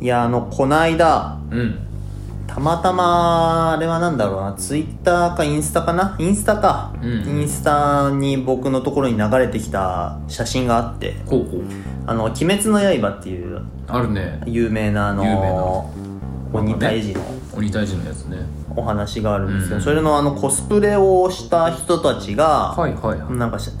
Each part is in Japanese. いや、あの、こないだ、うんたまたま、あれはなんだろうな、ツイッターかインスタかなインスタか、うんインスタに僕のところに流れてきた写真があって、こうこうあの、鬼滅の刃っていうあるね有名なあ有名の、鬼退治の鬼退治のやつねお話があるんですけど、うんそれのあの、コスプレをした人たちが、はいはいはなんか写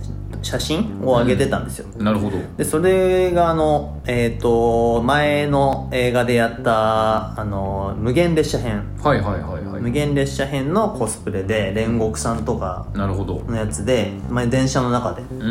写真を上げてたんですよ。いなるほどでそれがあのえっ、と前の映画でやったあの無限列車編はいはいはいは無い限列車編のコスプレで煉獄さんとかなるほどのやつで前電車の中でうんう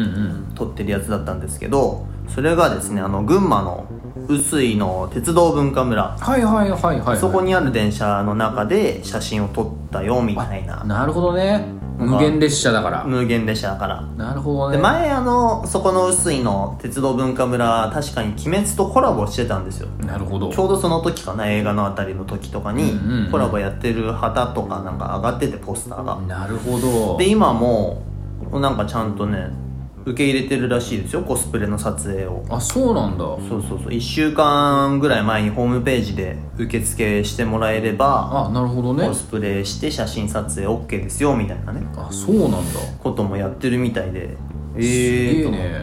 ん撮ってるやつだったんですけどそれがですねあの群馬の臼井の鉄道文化村はいはいはいはいそこにある電車の中で写真を撮ったよみたいななるほどね無限列車だから無限列車だからなるほどでね前あのそこの臼井の鉄道文化村確かに「鬼滅」とコラボしてたんですよなるほどちょうどその時かな映画のあたりの時とかにうんうんうんコラボやってる旗とかなんか上がっててポスターがなるほどで今もうなんかちゃんとね受け入れてるらしいですよコスプレの撮影をあそうなんだそうそうそう1週間ぐらい前にホームページで受付してもらえればあなるほどねコスプレして写真撮影 OK ですよみたいなねあそうなんだこともやってるみたいでええええと思ねっ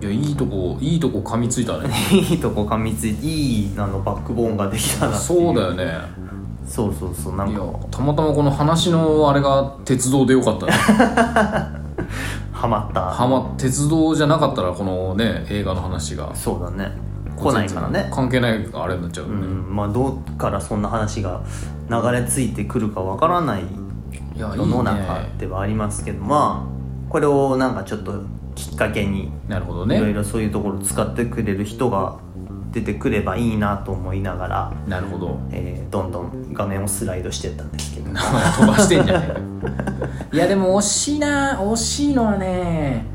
て いやいいとこいいとこ噛みついたねいいとこ噛みついていいあのバックボーンができたなっていそうだよねそうそうそうないんやかたまたまこの話のあれが鉄道でよかったねハマったはま鉄道じゃなかったらこのね映画の話がそうだね来ないからね関係ないあれになっちゃううよね、んまあどっからそんな話が流れ着いてくるかわからないいやいい世の中ねではありますけどまあこれをなんかちょっときっかけになるほどいろいねろそういうところ使ってくれる人が出てくればいいなと思いながら、なるほどえーどんどん画面をスライドしてったんですけど飛ばしてんじゃねえかよ いやでも惜しいな惜しいのはね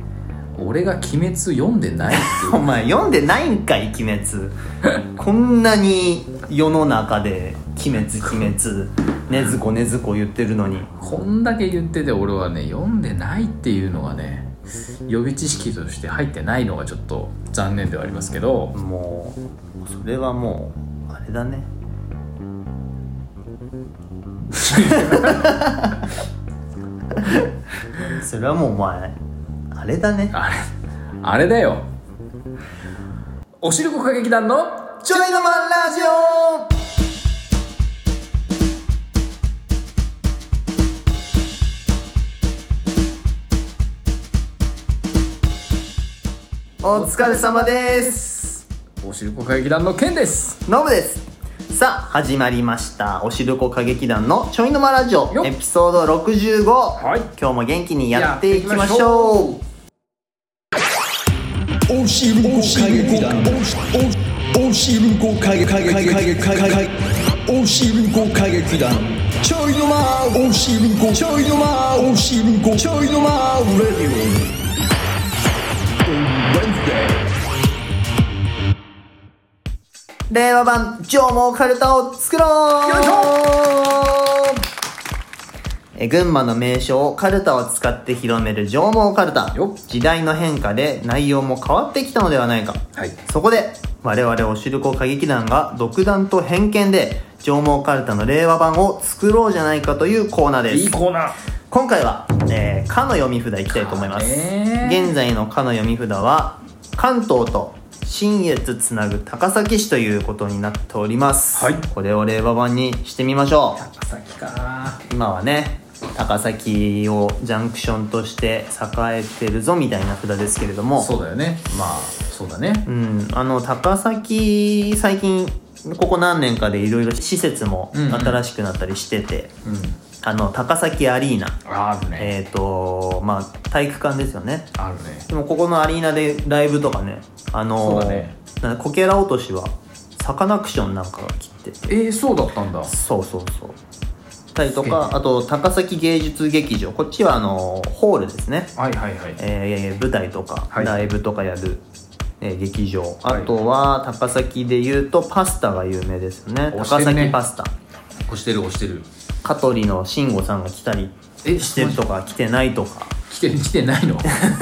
俺が「鬼滅」読んでないっていう お前読んでないんかい「鬼滅」 こんなに世の中で「鬼滅鬼滅」「ねずこねずこ」言ってるのにこんだけ言ってて俺はね読んでないっていうのがね予備知識として入ってないのがちょっと残念ではありますけどもうそれはもうあれだね それはもうお前あれだねあれあれだよおしるこ歌劇団のちょいのまんラジオお疲れ様ですおしるこ歌劇団の件ですノブですさあ始まりましたおしるこ歌劇団のちょいのまラジオよっエピソード65、い今日も元気にやっていきましょうおしるこかげかげおしるこかげかげかげかげかげかげおしるこかげきだちょいのまおしるこちょいのまおしるこちょいのまレディ令和版今日もカルタを作ろうよいしえ群馬の名所をカルタを使って広める上毛カルタよっ時代の変化で内容も変わってきたのではないか、はいそこで我々おしるこ歌劇団が独断と偏見で上毛カルタの令和版を作ろうじゃないかというコーナーですいいコーナー今回は、えー、かの読み札いきたいと思います、ねー現在のかの読み札は関東と新越つなぐ高崎市ということになっております、はいこれを令和版にしてみましょ高崎かう今はね高崎をジャンクションとして栄えてるぞみたいな札ですけれどもそうだよねまあそうだねうん、あの高崎最近ここ何年かでいろいろ施設もうんうん新しくなったりしてて、うんあの高崎アリーナあるねえっ、とまあ体育館ですよねあるねでもここのアリーナでライブとかねあのそうだねなんかこけら落としはサカナクションなんかが切っててえー、そうだったんだそうそうそうしたりとかあと高崎芸術劇場こっちはあのホールですね、はいはいはいえー舞台とかはいライブとかやる、えー劇場あいとは高崎でいうとパスタが有名ですよね推して高るね崎パスタ押してる押してる香取の慎吾さんが来たりえしてるとか来てないとか 来て来てないの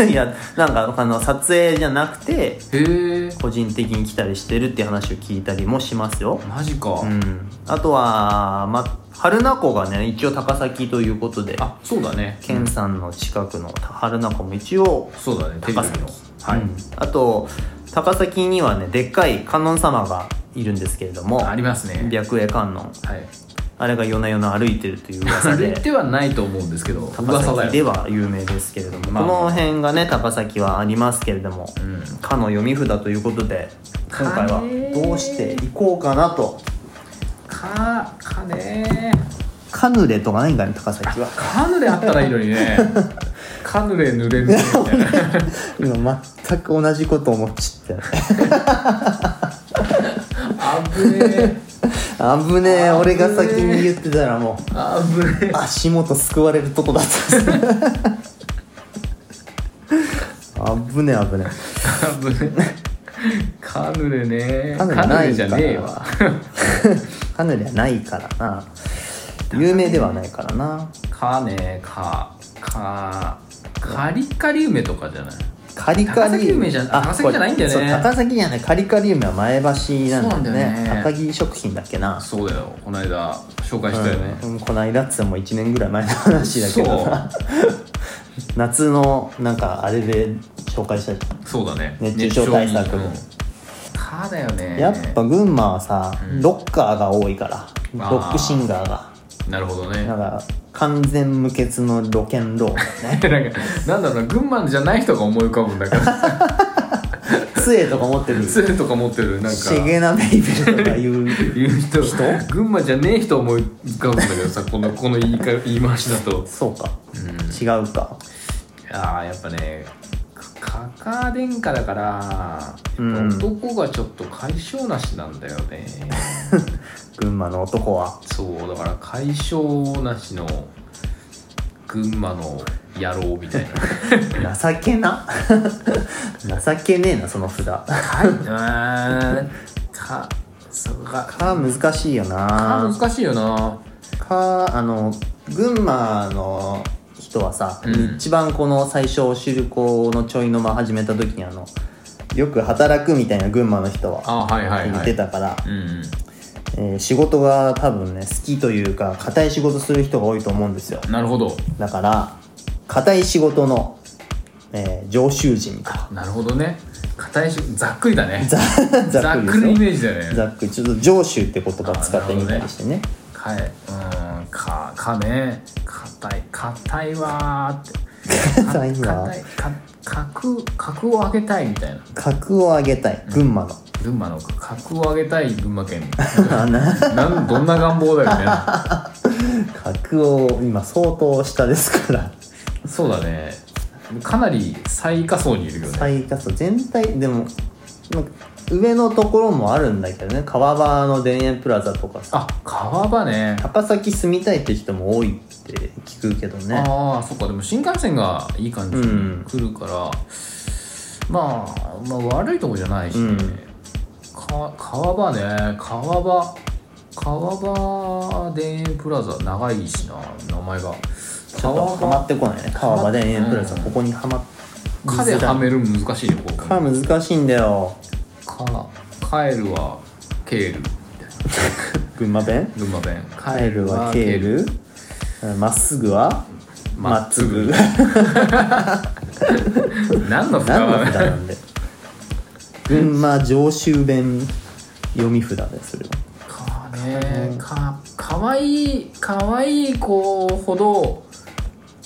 いやなんかあの撮影じゃなくてへえ個人的に来たりしてるっていう話を聞いたりもしますよマジか、うんあとは、ま、春名湖がね一応高崎ということであそうだね健さんの近くの春名湖も一応そうだねテレビ高の崎はい、うんあと高崎にはねでっかい観音様がいるんですけれどもありますね白衣観音はいあれが夜な夜な歩いてるという噂歩いでてはないと思うんですけど高噂だ崎でよは有名ですけれども、まあこの辺がね高崎はありますけれども「んか」の読み札ということで今回はかねどうしていこうかなとかかね「カヌレ」とかないんかね高 崎はカヌレあったらいいのにねカヌレ濡れるねみたいな今全く同じこと思っちゃったあぶねあぶねえ俺が先に言ってたらもえあぶねえう足元すくわれるとこだったんですねあぶねえあぶねえあぶねえカヌレねカヌレカヌなレいじゃからねえわカヌレはないからな有名ではないからなかねかかカリカリ梅とかじゃないカリカリ高崎梅じゃあ高崎じゃないんだよねこれそう高崎じゃないカリカリ梅は前橋なんだそうよなんねだよね高木食品だっけなそうだよこの間紹介したよね、うん、この間っつっても1年ぐらい前の話だけどさ 夏のなんかあれで紹介したじゃんそうだね熱中症対策熱中症にうんかだよねやっぱ群馬はさ、ロッカーが多いからあーロックシンガーがなるほどねだから完全無欠のロケンロールだね なんかなんだろうな群馬じゃない人が思い浮かぶんだから 杖とか持ってるシ杖とか持ってるなんかゲナベイビーとかいう 言う人群馬じゃねえ人思い浮かぶんだけどさこのこの言いか 言い回しだとそうか、違うかああやっぱねかかか殿下だからやっうぱん男がちょっと解消なしなんだよね群馬の男はそうだから解消なしの群馬の野郎みたいな 情けな 情けねえなその札かはいうーんかそうか難しいよかな難しいよなかあの群馬の人はさ、うん一番この最初汁粉のちょい飲ま始めた時にあのよく働くみたいな群馬の人はあはいはい言はっいてたから、うんうんえー仕事が多分ね好きというか硬い仕事する人が多いと思うんですよなるほどだから硬い仕事の、えー常習人みたいななるほどね硬いしざっくりだねざ ざざっっくくりりイでメージだよすよねざっくりちょっと常習って言葉使ってみたりしてねかえうーんかかね硬い硬いわー って硬いわ硬いか格格を上げたいみたいな格を上げたい群馬の、群馬の格を上げたい群馬県 あななんどんな願望だよ格を今相当下ですから ねそうだねかなり最下層にいるよね最下層全体でもなんか上のところもあるんだけどね川場の田園プラザとかさあ川場ね高崎住みたいって人も多いって聞くけどねああそっかでも新幹線がいい感じに来るから、まあ、まあ悪いとこじゃないし、ねうんか川場ね川場川場田園プラザ長いしな名前がちょっと川はま場ってこないね川場田園プラザうんここにはまっかではめる難しいねこうか難しいんだよかカエルはケールみたいな群馬弁群馬弁カカエルはケールまっすぐはまっつぐ何の深何場の札だなんで群馬上州弁読み札でそれはかねかかわいいかわいい子ほど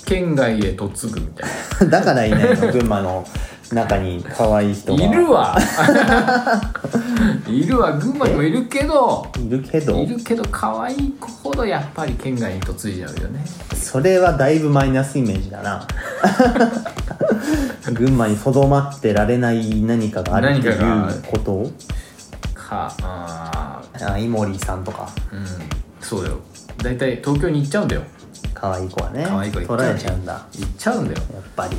県外へ嫁ぐみたいだからいないの群馬の中に可愛い人がないるわ いるわ群馬にもいるけどいるけどいるけど可愛い子ほどやっぱり県外に嫁いじゃうよねそれはだいぶマイナスイメージだな群馬にとどまってられない何かがあるっていう何かがことをかああ井森さんとかーうんそうだよ大体東京に行っちゃうんだよ可愛い子はね可愛い子いっちゃう取られちゃうんだや行っちゃうんだよっぱり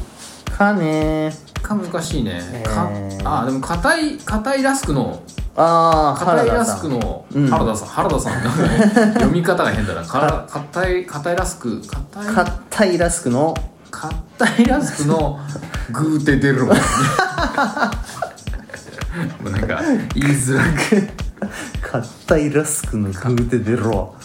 かねか難しいねかえーあーでも硬い硬いラスクのああ硬原いラ田スさクんのうん原田さん、原田さんなん かね読み方が変だなから硬い硬いラスク硬い硬いラスクの硬ったいラスクのグーって出るもんねもうなんか言いづらく買ったイラスクのグーテ出ろ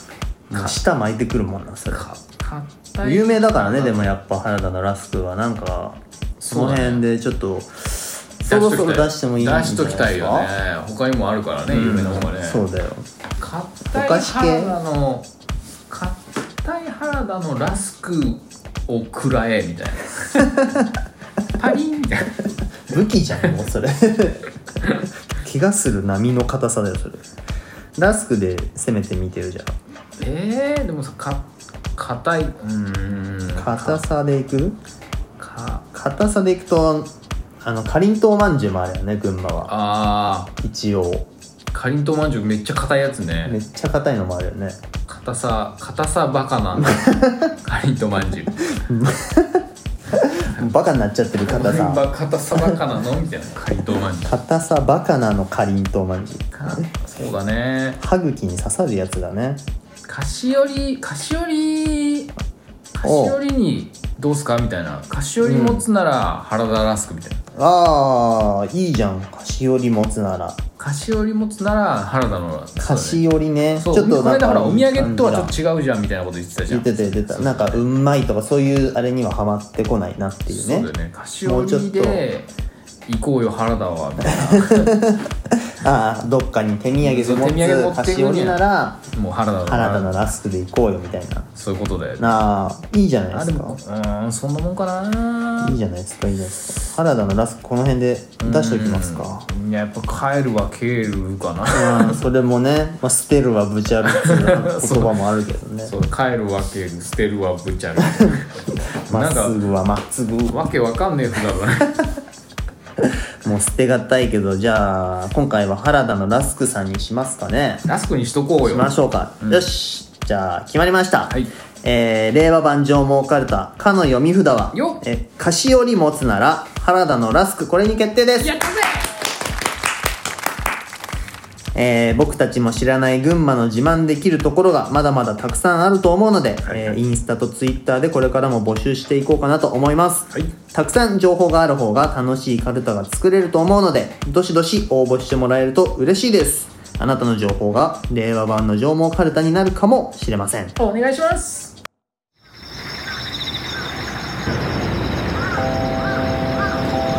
舌巻いてくるもんなそれ硬い有名だからねでもやっぱ原田のラスクはなんかその辺でちょっとそろそろ出してもいいんじゃない出ですしとかきたいよね他にもあるからね有名な方がね、そうだよ硬おい菓子系原田の硬い原田のラスクを食らえみたいなパリンみたいな武器じゃんもう それ気がする波の硬さだよそれラスクで攻めてみてるじゃんえー、でもさか硬いうーん硬さでいくか硬さでいくとあのかりんとうまんじゅうもあるよね群馬はあ一応ーかりんとうまんじゅうめっちゃ硬いやつめねっちゃ硬いのもあるよね硬さ硬さバカ なんだかりんとうまんじゅうバカになっちゃってる硬さば硬さバカなのみたいなかりんとうまんじゅう硬さバカなのかりんとうまんじゅうかそうだね歯茎に刺さるやつだね菓子折り菓子折り菓子折りにどうすかみたいな菓子折り持つなら原田ラスクみたいな、あーいいじゃん菓子折り持つなら菓子折り持つなら原田のラスクだね菓子折りねそうこなのん間ほらお土いい感産じとはだちょっと違うじゃんみたいなこと言ってたじゃ言っんてた言ってたなんかうんまいとかそういうあれにはハマってこないなっていうそうだねよね菓子もう折ちょっりとで行こうよ原田はみたいああどっかに手土産でそう手土産持持っつ菓てくる子折りならなもう原田の原田のラスクで行こうよみたいなそういうことだよねなあいいじゃないあでですもうかーんそんなもんかないいじゃないですかいいじゃないですか原田のラスクこの辺で出しておきますかいややっぱ帰るは帰るかなうんそれもね、まあ、捨てるはぶち歩くっていう言葉もあるけどねそう帰るは帰る捨てるはぶちゃる まなっんすかぐはまっすぐわけわかんねえ札だねもう捨てがたいけどじゃあ今回は原田のラスクさんにしますかねラスクにしとこうしよましょうか、よしじゃあ決まりました、はいえー令和版上儲かるたかの読み札はよっえー菓子折り持つなら原田のラスクこれに決定ですやったぜえー僕たちも知らない群馬の自慢できるところがまだまだたくさんあると思うので、えーインスタとツイッターでこれからも募集していこうかなと思います、はいたくさん情報がある方が楽しいカルタが作れると思うのでどしどし応募してもらえると嬉しいですあなたの情報が令和版の上毛カルタになるかもしれませんお願いします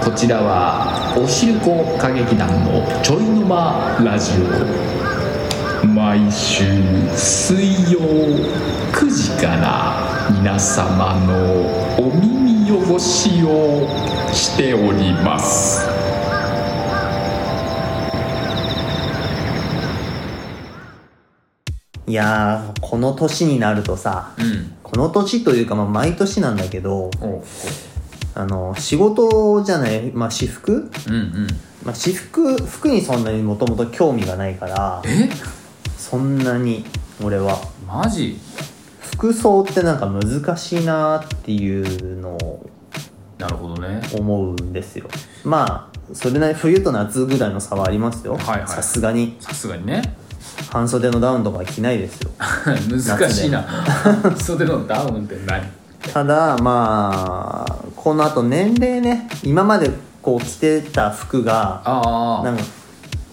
こちらはおしるこ歌劇団のちょいの間ラジオ毎週水曜9時から皆様のお耳汚しをしておりますいやーこの年になるとさうんこの年というか、まあ、毎年なんだけどおうあの仕事じゃない、まあ、私服うんうんまあ、私服服にそんなにもともと興味がないからえそんなに俺はマジ服装ってなんか難しいなっていうのをなるほどね思うんですよまあそれなり冬と夏ぐらいの差はありますよはいはいさすがにさすがにね 半袖のダウンとかは着ないですよ難しいな袖のダウンって何ただまあこのあと年齢ね今までこう着てた服があなんあか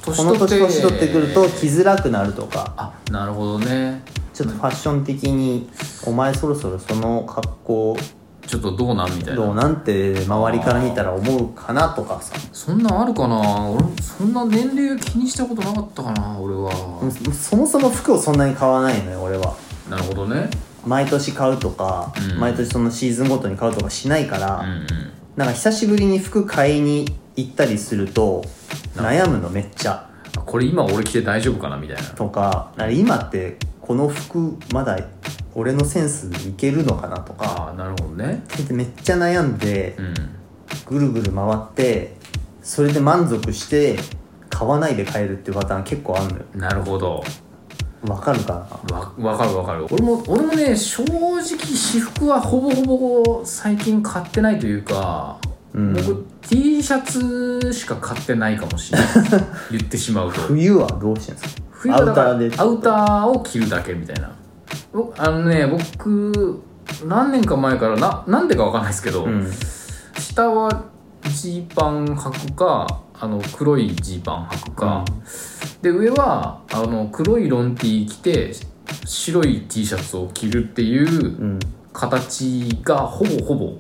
この年年取ってくると着づらくなるとかあなるほどねちょっとファッション的に「お前そろそろその格好ちょっとどうなんみたいどうななん?」て周りから見たら思うかなとかさそんなんあるかな俺そんな年齢気にしたことなかったかな俺はそそもそも服をそんなに買わないのよ俺はなるほどね毎年買うとか、うん毎年そのシーズンごとに買うとかしないかうら、んうんなんか久しぶりに服買いに行ったりすると悩むのめっちゃあこれ今俺着て大丈夫かなみたいなとかなんか今ってこの服まだ俺のセンスいけるのかなとかああなるほどねってめっちゃ悩んでうんぐるぐる回ってそれで満足して買わないで買えるっていうパターン結構あるのよなるほどわかるかなわわかるわかる俺も俺もね正直私服はほぼほぼ最近買ってないというか、うん僕 T シャツしか買ってないかもし れない言ってしまうと冬はどうしてんですか冬はだからアウターでアウターを着るだけみたいな僕あのね僕何年か前からななんでかわかんないですけど、うん下はジーパン履くかあの黒いジーパン履くか、で上はあの黒いロン T 着て白い T シャツを着るっていううん形がほぼほぼ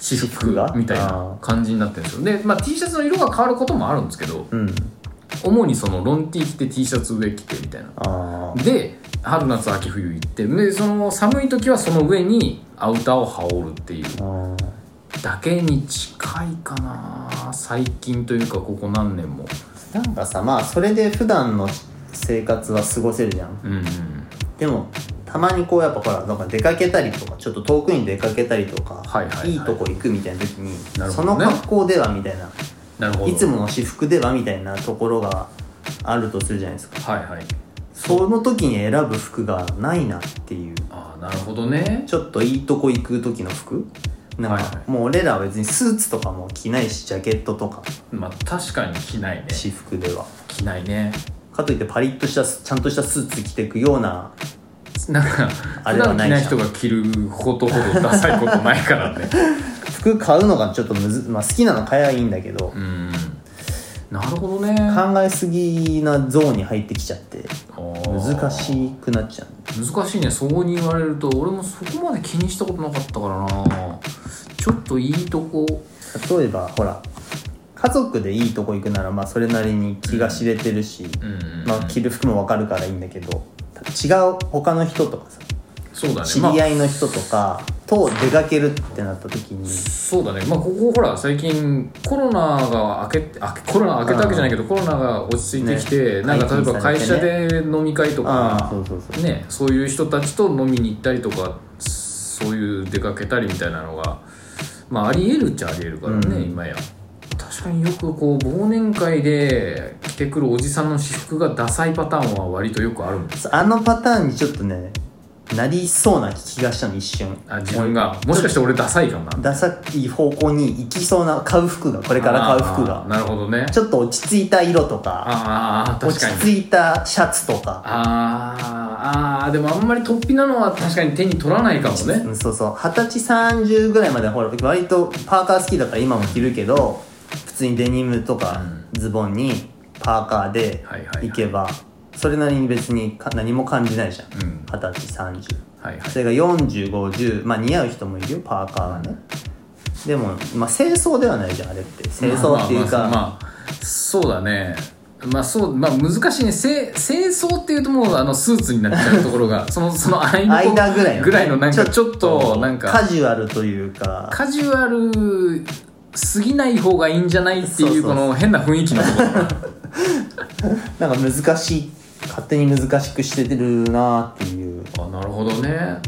私服がみたいあなー感じになってるんですよで、まあ、T シャツの色が変わることもあるんですけどうん主にそのロン T 着て T シャツ上着てみたいなあーで春夏秋冬行ってでその寒い時はその上にアウターを羽織るっていうあーだけに近いかな最近というかここ何年もなんかさまあそれで普段の生活は過ごせるじゃんうんうんでもたまにこうやっぱほらなんか出かけたりとかちょっと遠くに出かけたりとか、はいはいはいとこ行くみたいな時になるそほのどね格好ではみたいななるほどいつもの私服ではみたいなところがあるとするじゃないですかはいはいその時に選ぶ服がないなっていうああなるほどねちょっといいとこ行く時の服なんはいかはいもう俺らは別にスーツとかも着ないしジャケットとかまあ確かに着ないね私服では着ないねかといってパリッとしたちゃんとしたスーツ着てくようななんか あ普れは段着ないないじゃん人が着ることほどダサいことないから ね服買うのがちょっとむず、まあ、好きなの買えばいいんだけど、うんなるほどね考えすぎなゾーンに入ってきちゃってあー難しくなっちゃう難しいねそうに言われると俺もそこまで気にしたことなかったからなちょっといいとこ例えばほら家族でいいとこ行くならまあそれなりに気が知れてるし、うんうんまあ、着る服もわかるからいいんだけど違う他の人とかさそうだね知まあり合いの人とかと出かけるってなった時にそうだねまあここほら最近コロナが明けてあコロナ明けたわけじゃないけどコロナが落ち着いてきて、ねなんか例えば解会禁さ社れてで飲み会とああかそうそうそうねそういう人たちと飲みに行ったりとかそういう出かけたりみたいなのがまあありえるっちゃありえるからね、うん今や確かによくこう忘年会で着てくるおじさんの私服がダサいパターンは割とよくあるもんあのパターンにちょっとねなりそうな気がしたの一瞬あ自分がもしかして俺ダサいかもなダサい方向に行きそうな買う服がこれから買う服があーなるほどねちょっと落ち着いた色とかあーあ落ー確ちかに着いたシャツとかあーあーでもあんまり突飛なのは確かに手に取らないかもねうんそうそう二十歳30ぐらいまではほら割とパーカー好きだから今も着るけど普通にデニムとかズボンにパーカーではいはいはい行けばそれなりに別にか何も感じないじゃんうん二十歳30はいはいそれが4050まあ似合う人もいるよパーカーはねでもまあ清掃ではないじゃんあれって清掃っていうまあまかあまあまあそうだねまあそうまあ難しいねせ清掃っていうともうあのスーツになっちゃうとこ ろがそのその間間ぐらいのねぐらいのなんかちょっとなんカかジュアルというかカジュアルすぎない方がいいんじゃないってそうそういそううこの変な雰囲気のところなんか難しい勝手に難しくしてるなっていうあなるほどね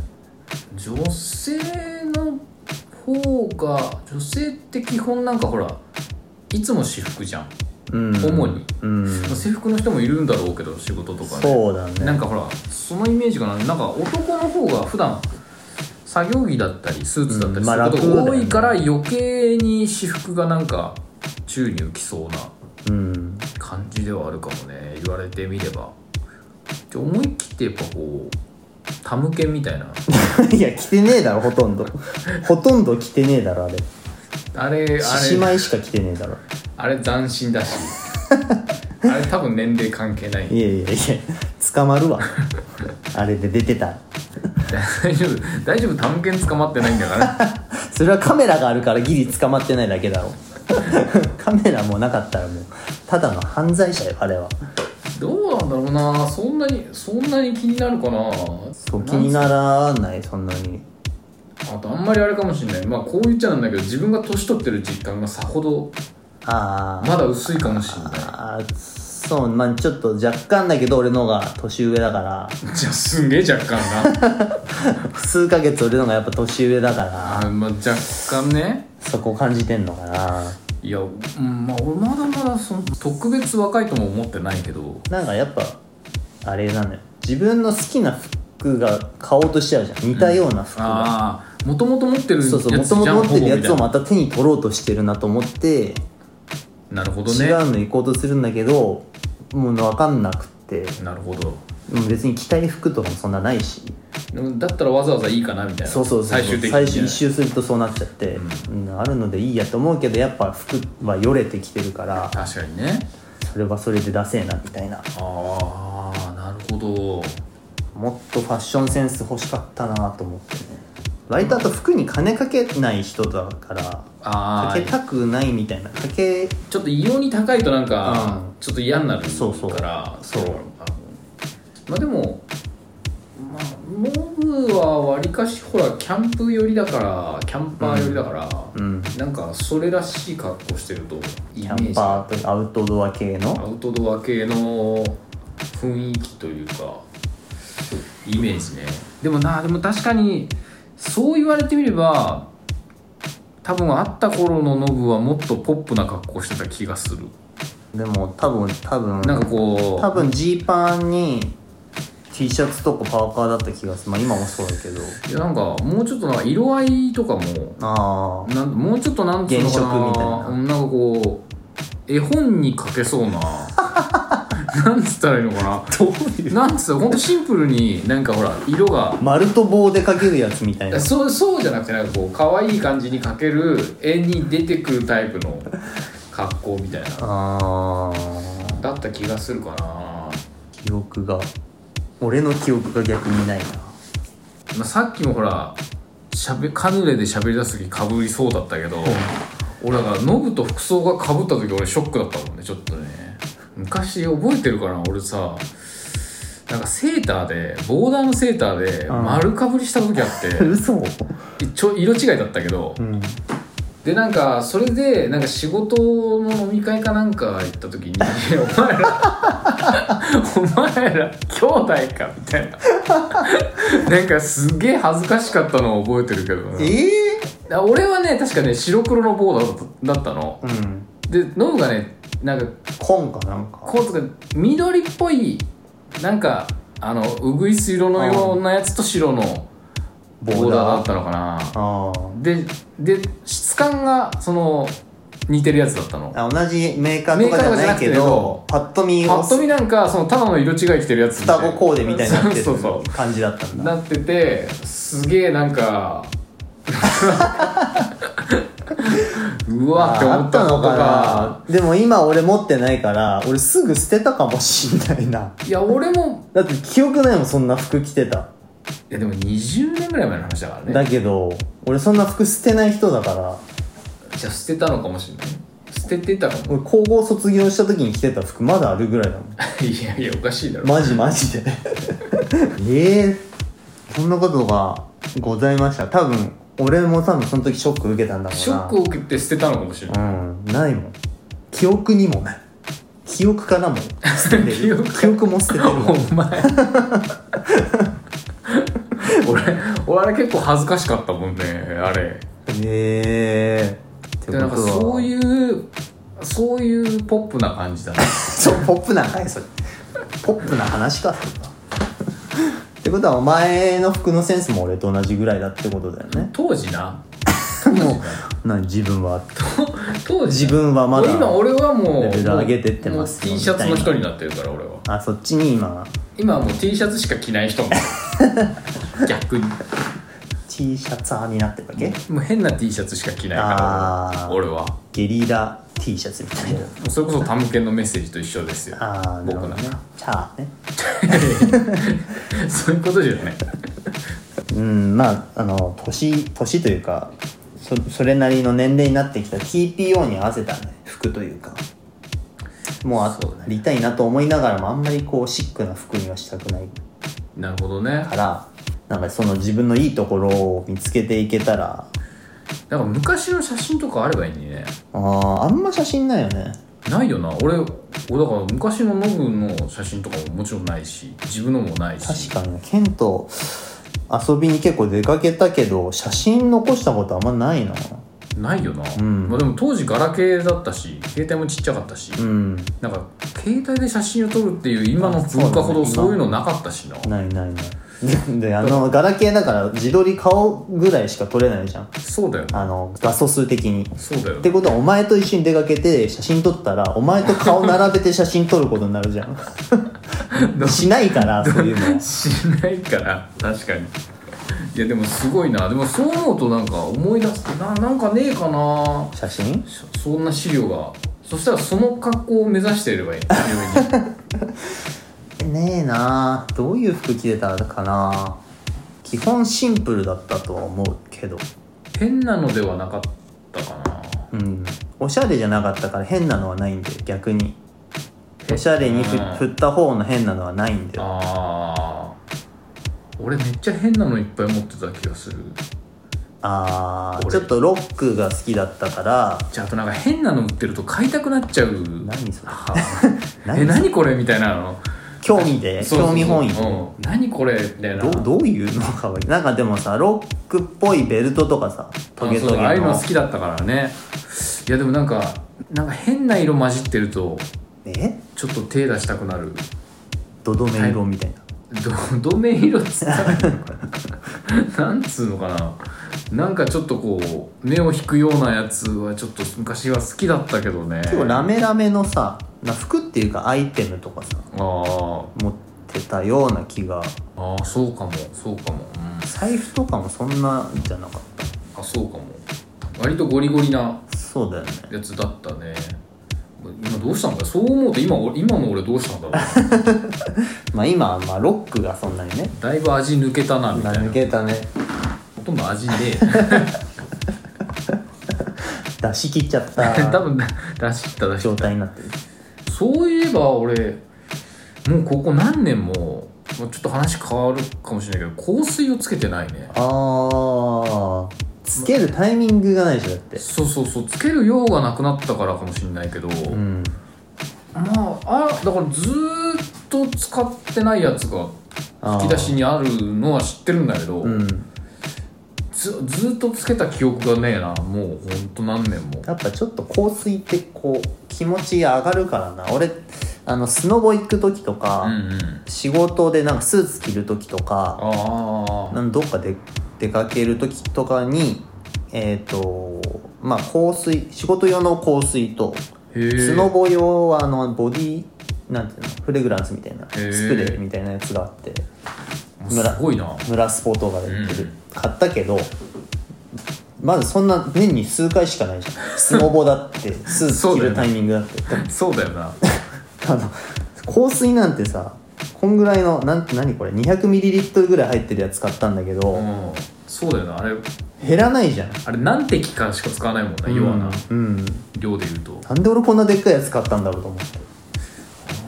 女性の方が女性って基本なんかほらいつも私服じゃんうん主に、うんまあ制服の人もいるんだろうけど仕事とかねそうだなんねかほらそのイメージがないなんか男の方が普段作業着だったりスーツだったうんりますあること楽がだ多よねいから余計に私服がなんか宙に浮きそうなうん 感じではあるかもね言われてみればで思い切ってやっぱこうタムケみたいないや着てねえだろほとんどほとんど着てねえだろあれあれ獅子あれ舞しか着てねえだろあれ斬新だし あれ多分年齢関係ないいやいやいや捕まるわ あれで出てたら大丈夫大丈夫探検捕まってないんだからそれはカメラがあるからギリ捕まってないだけだろ カメラもなかったらもうただの犯罪者よあれはどうなんだろうなそんなにそんなに気になるかなそう気にならないそんなにあとあんまりあれかもしれないまあこう言っちゃなんだけど自分が年取ってる実感がさほどあーまだ薄いかもしれないあーそうまあちょっと若干だけど俺のが年上だからじゃあすんげえ若干な数ヶ月俺のがやっぱ年上だからあ、まあ、若干ねそこを感じてんのかないや、うんまあ、俺まだまだそん特別若いとも思ってないけどなんかやっぱあれなのよ自分の好きな服が買おうとしちゃうじゃん似たような服が、ああもともと持ってるやつじそゃうんそうもともと持ってるやつほぼをみたいまた手に取ろうとしてるなと思ってななるほど違ねうの行こうとするんだけどもう分かんなくってなるほど別に着たい服とかもそんなないしうんだったらわざわざいいかなみたいなそうそうそう最終的に最終一周するとそうなっちゃって、うんあるのでいいやと思うけどやっぱ服はよれてきてるから確かにねそれはそれでダセえなみたいなああなるほどもっとファッションセンス欲しかったなと思ってね割とあと服に金かけない人だからあかあけたくないみたいなかけちょっと異様に高いとなんかうんちょっと嫌になるからそうそうそうまあでもまあモブはわりかしほらキャンプ寄りだからキャンパー寄りだから、うんなんかそれらしい格好してるとイキメャージンパーとアウトドア系アのウトドア系の雰囲気というかイメージねでもなでも確かにそう言われてみれば多分会った頃のノブはもっとポップな格好してた気がするでも多分多分なんかこ多分ジーパンに T シャツとかパーカーだった気がするまあ今もそうだけどういやなんかもうちょっとなんか色合いとかもあなんもうちょっとなんつうのかな原色みたいなうんなんかこう絵本に描けそう ななんつったらいいのかなあどうい なんつったらほんとシンプルになんかほら色が丸と棒でかけるやつみたいなそうそうじゃなくてなんかこう可愛い感じに描ける絵に出てくるタイプの格好みたいなあーだった気がするかな、ま記憶が俺の記憶が逆にないなあ、さっきもほらしゃべカヌレで喋り出す時かぶりそうだったけど俺だからノブと服装がかぶった時俺ショックだったもんねちょっとね昔覚えてるかな俺さなんかセーターでボーダーのセーターでん丸かぶりした時あって嘘ちょ色違いだったけどうんでなんかそれでなんか仕事の飲み会かなんか行った時に 「お前らお前ら兄弟か」みたいな なんかすげえ恥ずかしかったのを覚えてるけどなええあ俺はね確かね白黒のボーダーだったのうんでノブがねなんか紺かなんかこうとか緑っぽいなんかあのうぐいす色のようなやつと白のボーダーだったのかなあでで質感がその似てるやつだったのあ同じメーカーとかじゃないけメーカーとかじゃなくてけどどパッと見ぱっと見なんかそのただの色違い着てるやつみたい双な子コーデみたいになってそうそうる感じだったそうんだなっててすげえなんか うわってあ思あっったたことのかがなでも今俺持ってないから俺すぐ捨てたかもしんないないや俺もだって記憶ないもんそんな服着てたいやでも20年ぐらい前の話だからねだけど俺そんな服捨てない人だからじゃあ捨てたのかもしれない捨ててたかも俺高校卒業した時に着てた服まだあるぐらいだもん いやいやおかしいだろ、マジマジで ええそんなことがございました多分俺も多分その時ショック受けたんだろうなショックを受けて捨てたのかもしれないうんないもん記憶にもない記憶からも捨てて記る憶 記憶も捨ててるも んお前 俺俺あれ結構恥ずかしかったもんねあれええってでなんかそうういうそういうポップな感じだねそうポップなんかいそれポップな話かそれはってことはお前の服のセンスも俺と同じぐらいだってことだよね当時なも うな自分は当時自分はまだ今俺はもうレベル上げてってますもう T シャツの人になってるから俺はあそっちに今今はもう T シャツしか着ない人 も逆に T シャツ派になってるわけもう変な T シャツしか着ないあかーら俺はゲリラ T シャツみたいなもうそれこそタムケンのメッセージと一緒ですよああなるほど僕なんねかチャーねそういうことじゃないうんまああの年年というかそそれなりの年齢になってきた TPO に合わせた、ね、服というかもうあそうだねりたいなと思いながらもあんまりこうシックな服にはしたくないなるほどねからなんかその自分のいいところを見つけていけたらなんか昔の写真とかあればいいのにねあーあんま写真ないよねないよな俺俺だから昔のノブの写真とかももちろんないし自分のもないし確かにケンと遊びに結構出かけたけど写真残したことあんまないなないよな、んまあ、でも当時ガラケーだったし携帯もちっちゃかったし、うんなんか携帯で写真を撮るっていう今の文化ほどあそうだねそういうのなかったしなないないないでであのガラケーだから自撮り顔ぐらいしか撮れないじゃんそうだよあの画素数的にそうだよってことはお前と一緒に出かけて写真撮ったらお前と顔並べて写真撮ることになるじゃんしないからそういうのしないから確かにいやでもすごいなでもそう思うとなんか思い出すななんかねえかな写真そそんな資料がそしたらその格好を目指していればいい病院にねえなどういう服着てたかな基本シンプルだったとは思うけど変なのではなかったかなうんおしゃれじゃなかったから変なのはないんで逆におしゃれにふうん振った方の変なのはないんだよあー俺めっちゃ変なのいっぱい持ってた気がするあー俺ちょっとロックが好きだったからじゃああとなんか変なの売ってると買いたくなっちゃう何それは何 え何これみたいなの興味でそうそうそ興う味本位うん何これみたいなどどういうのかわいいなんかでもさロックっぽいベルトとかさトゲトゲあそうああいうのの好きだったからねいやでもなんかなんか変な色混じってるとえちょっと手出したくなるドドメ色みたいな、ど どめ色っつったらいいのかな なんつうのかななんかちょっとこう目を引くようなやつはちょっと昔は好きだったけどね結構ラメラメのさな服っていうかアイテムとかさあー持ってたような気があーそうかもそうかも、うん財布とかもそんなじゃなかっあそうかも割とゴリゴリなたそうだよねやつだったね今どうしたのかそう思うと今俺今の俺どうしたんだろうまあ今はまあロックがそんなにねだいぶ味抜けたなみたい な抜けたねほとんど味ね出し切っちゃっえ 多た分出し切った出し切状っ態になってるたそういえば俺もうここ何年ももうちょっと話変わるかもしれないけど香水をつけてないねあーつけるタイミングがないでしょだってそうそうそうつける用がなくなったからかもしれないけど、うんまああだからずーっと使ってないやつがあー引き出しにあるのは知ってるんだけど、うんずずーっとつけた記憶がねえなもうほんと何年もやっぱちょっと香水ってこう気持ちが上がるからな俺あのスノボ行く時とか、うんうん仕事でなんかスーツ着る時とかああなんどっかで出かける時とかにえっ、とまあ香水仕事用の香水とへえスノボ用はあのボディなんていうのフレグランスみたいなへースプレーみたいなやつがあってすごいな村スポートがやってる、うん買ったけどまずそんな年に数回しかないじゃんスノボだって スーツ着るタイミングだってそうだよなあの香水なんてさこんぐらいのなん何これ 200ml ぐらい入ってるやつ買ったんだけど、うんそうだよなあれ減らないじゃんあれ何滴かしか使わないもんな要はなうん、うん量で言うなとんで俺こんなでっかいやつ買ったんだろうと思って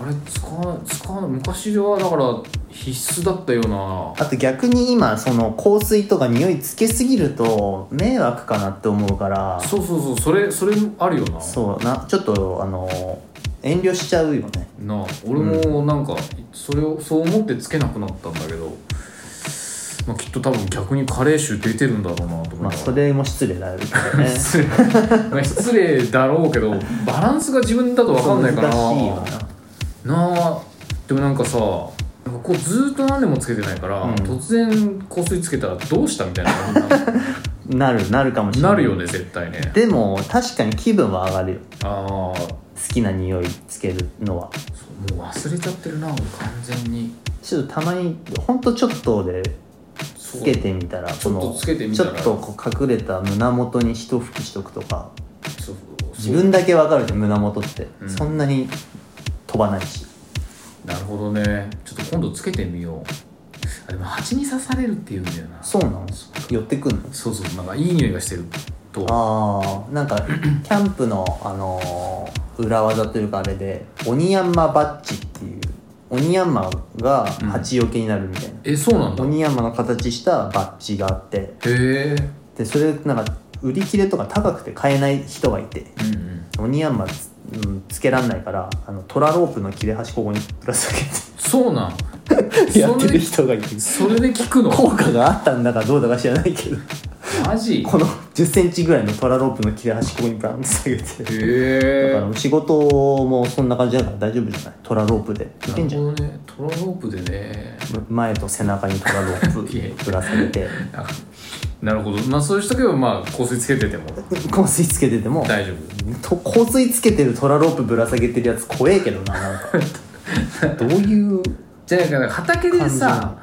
あれ使わ使わない昔はだから必須だったようなあと逆に今その香水とか匂いつけすぎると迷惑かなって思うからそうそうそうそれそれあるよなそうなちょっとあの遠慮しちゃうよねなあ俺もなんかそれをそう思ってつけなくなったんだけど、まあ、きっと多分逆に加齢臭出てるんだろうなと思いながらまあそれも失礼だ よね失礼まあ失礼だろうけどバランスが自分だと分かんないから難しないよあでもなんかさなんかこうずーっと何年もつけてないから、うん突然香水つけたらどうしたみたいな感じになるなな るなるかもしれなないるよね絶対ねでも確かに気分は上がるよああそ好きな匂いつけるのはうもう忘れちゃってるな俺完全にちょっとたまにほんとちょっとでつつけてみたらちょっとつけてみたちょらっとこう隠れた胸元に一吹きしとくとかそう自分だけわかるじゃん胸元って、うんそんなに飛ばないしなるほどねちょっと今度つけてみようあでも蜂に刺されるっていうんだよなそうなの寄ってくんのそうそうなんかいい匂いがしてるとああなんか キャンプの、あのー裏技というかあれでオニヤンマバッジっていうオニヤンマが蜂よけになるみたいな、えそうなんだオへニヤンマの形したバッジがあってえでそれなんか売り切れとか高くて買えない人がいてうんうオんニヤンマつ,、うん、つけらんないからあのトラロープの切れ端ここにぶら下そうなんげ てやってそれる人がいてそれで聞くの効果があったんだかどうだか知らないけどマジこの1 0ンチぐらいのトラロープの切れ端ここにバンって下げてだかへら仕事もそんな感じだから大丈夫じゃないトラロープでいえけんなじるゃんほどねトラロープでね前と背中にトラロープいやいやぶら下げてあなるほどまあそういう人けばまあ香水つけてても香水つけてても大丈と夫香水つけてるトラロープぶら下げてるやつ怖えけどななんかどういうじゃあだから畑でさ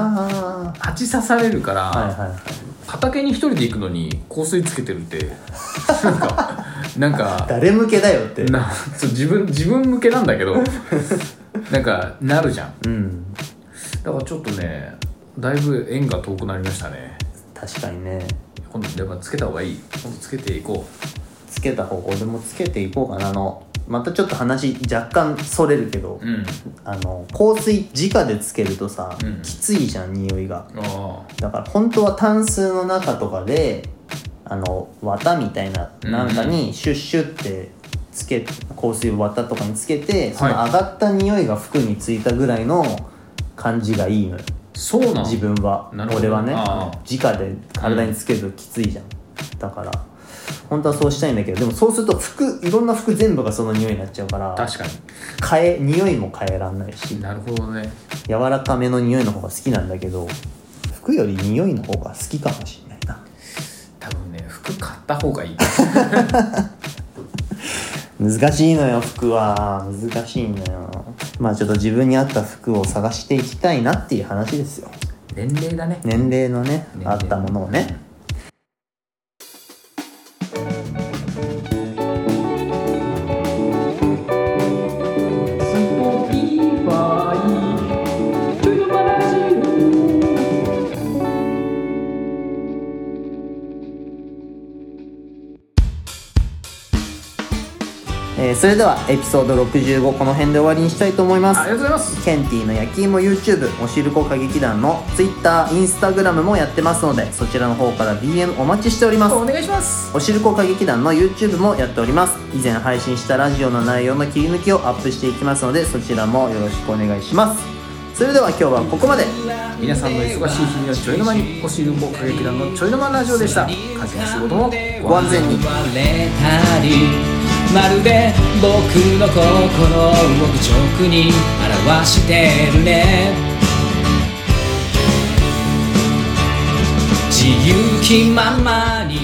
あ蜂刺されるから、あはいはいはい畑に一人で行くのに香水つけてるってなん かなんか誰向けだよってなそう自分自分向けなんだけどなんかなるじゃんうんだからちょっとねだいぶ縁が遠くなりましたね確かにね今度やっぱつけた方がいい今度つけていこつけた方俺もつけていこうかなあのまたちょっと話若干それるけど、ううんあの香水直でつけるとさ、うんきついじゃん匂いがああだから本当はタンスの中とかであの綿みたいなうんなんかにシュッシュってつけ香水を綿とかにつけてそのはい上がった匂いが服についたぐらいの感じがいいのよ、そうなの自分はなるほど俺はねああ直で体につけるときついじゃん、だから本当はそうしたいんだけどでもそうすると服いろんな服全部がその匂いになっちゃうから確か変え匂いも変えらんないしになるほどね柔らかめの匂いの方が好きなんだけど服より匂いの方が好きかもしれないな多分ね服買った方がいい難しいのよ服は難しいのよまあちょっと自分に合った服を探していきたいなっていう話ですよ年齢だね年齢のね年合齢ったものをねえーそれではエピソード65この辺で終わりにしたいと思いまあすりがとうございますケンティの焼き芋 YouTube おしるこ歌劇団の Twitter、Instagram もやってますのでそちらの方から DM お待ちしておりますお願いしますおしるこ歌劇団の YouTube もやっております以前配信したラジオの内容の切り抜きをアップしていきますのでそちらもよろしくお願いしますそれでは今日はここまで皆さんの忙しい日々をちょいの間におしるこ歌劇団のちょいの間ラジオでした家事も仕事もご安全に奪われたりまるで僕の心を愚直に表してるね自由気ままに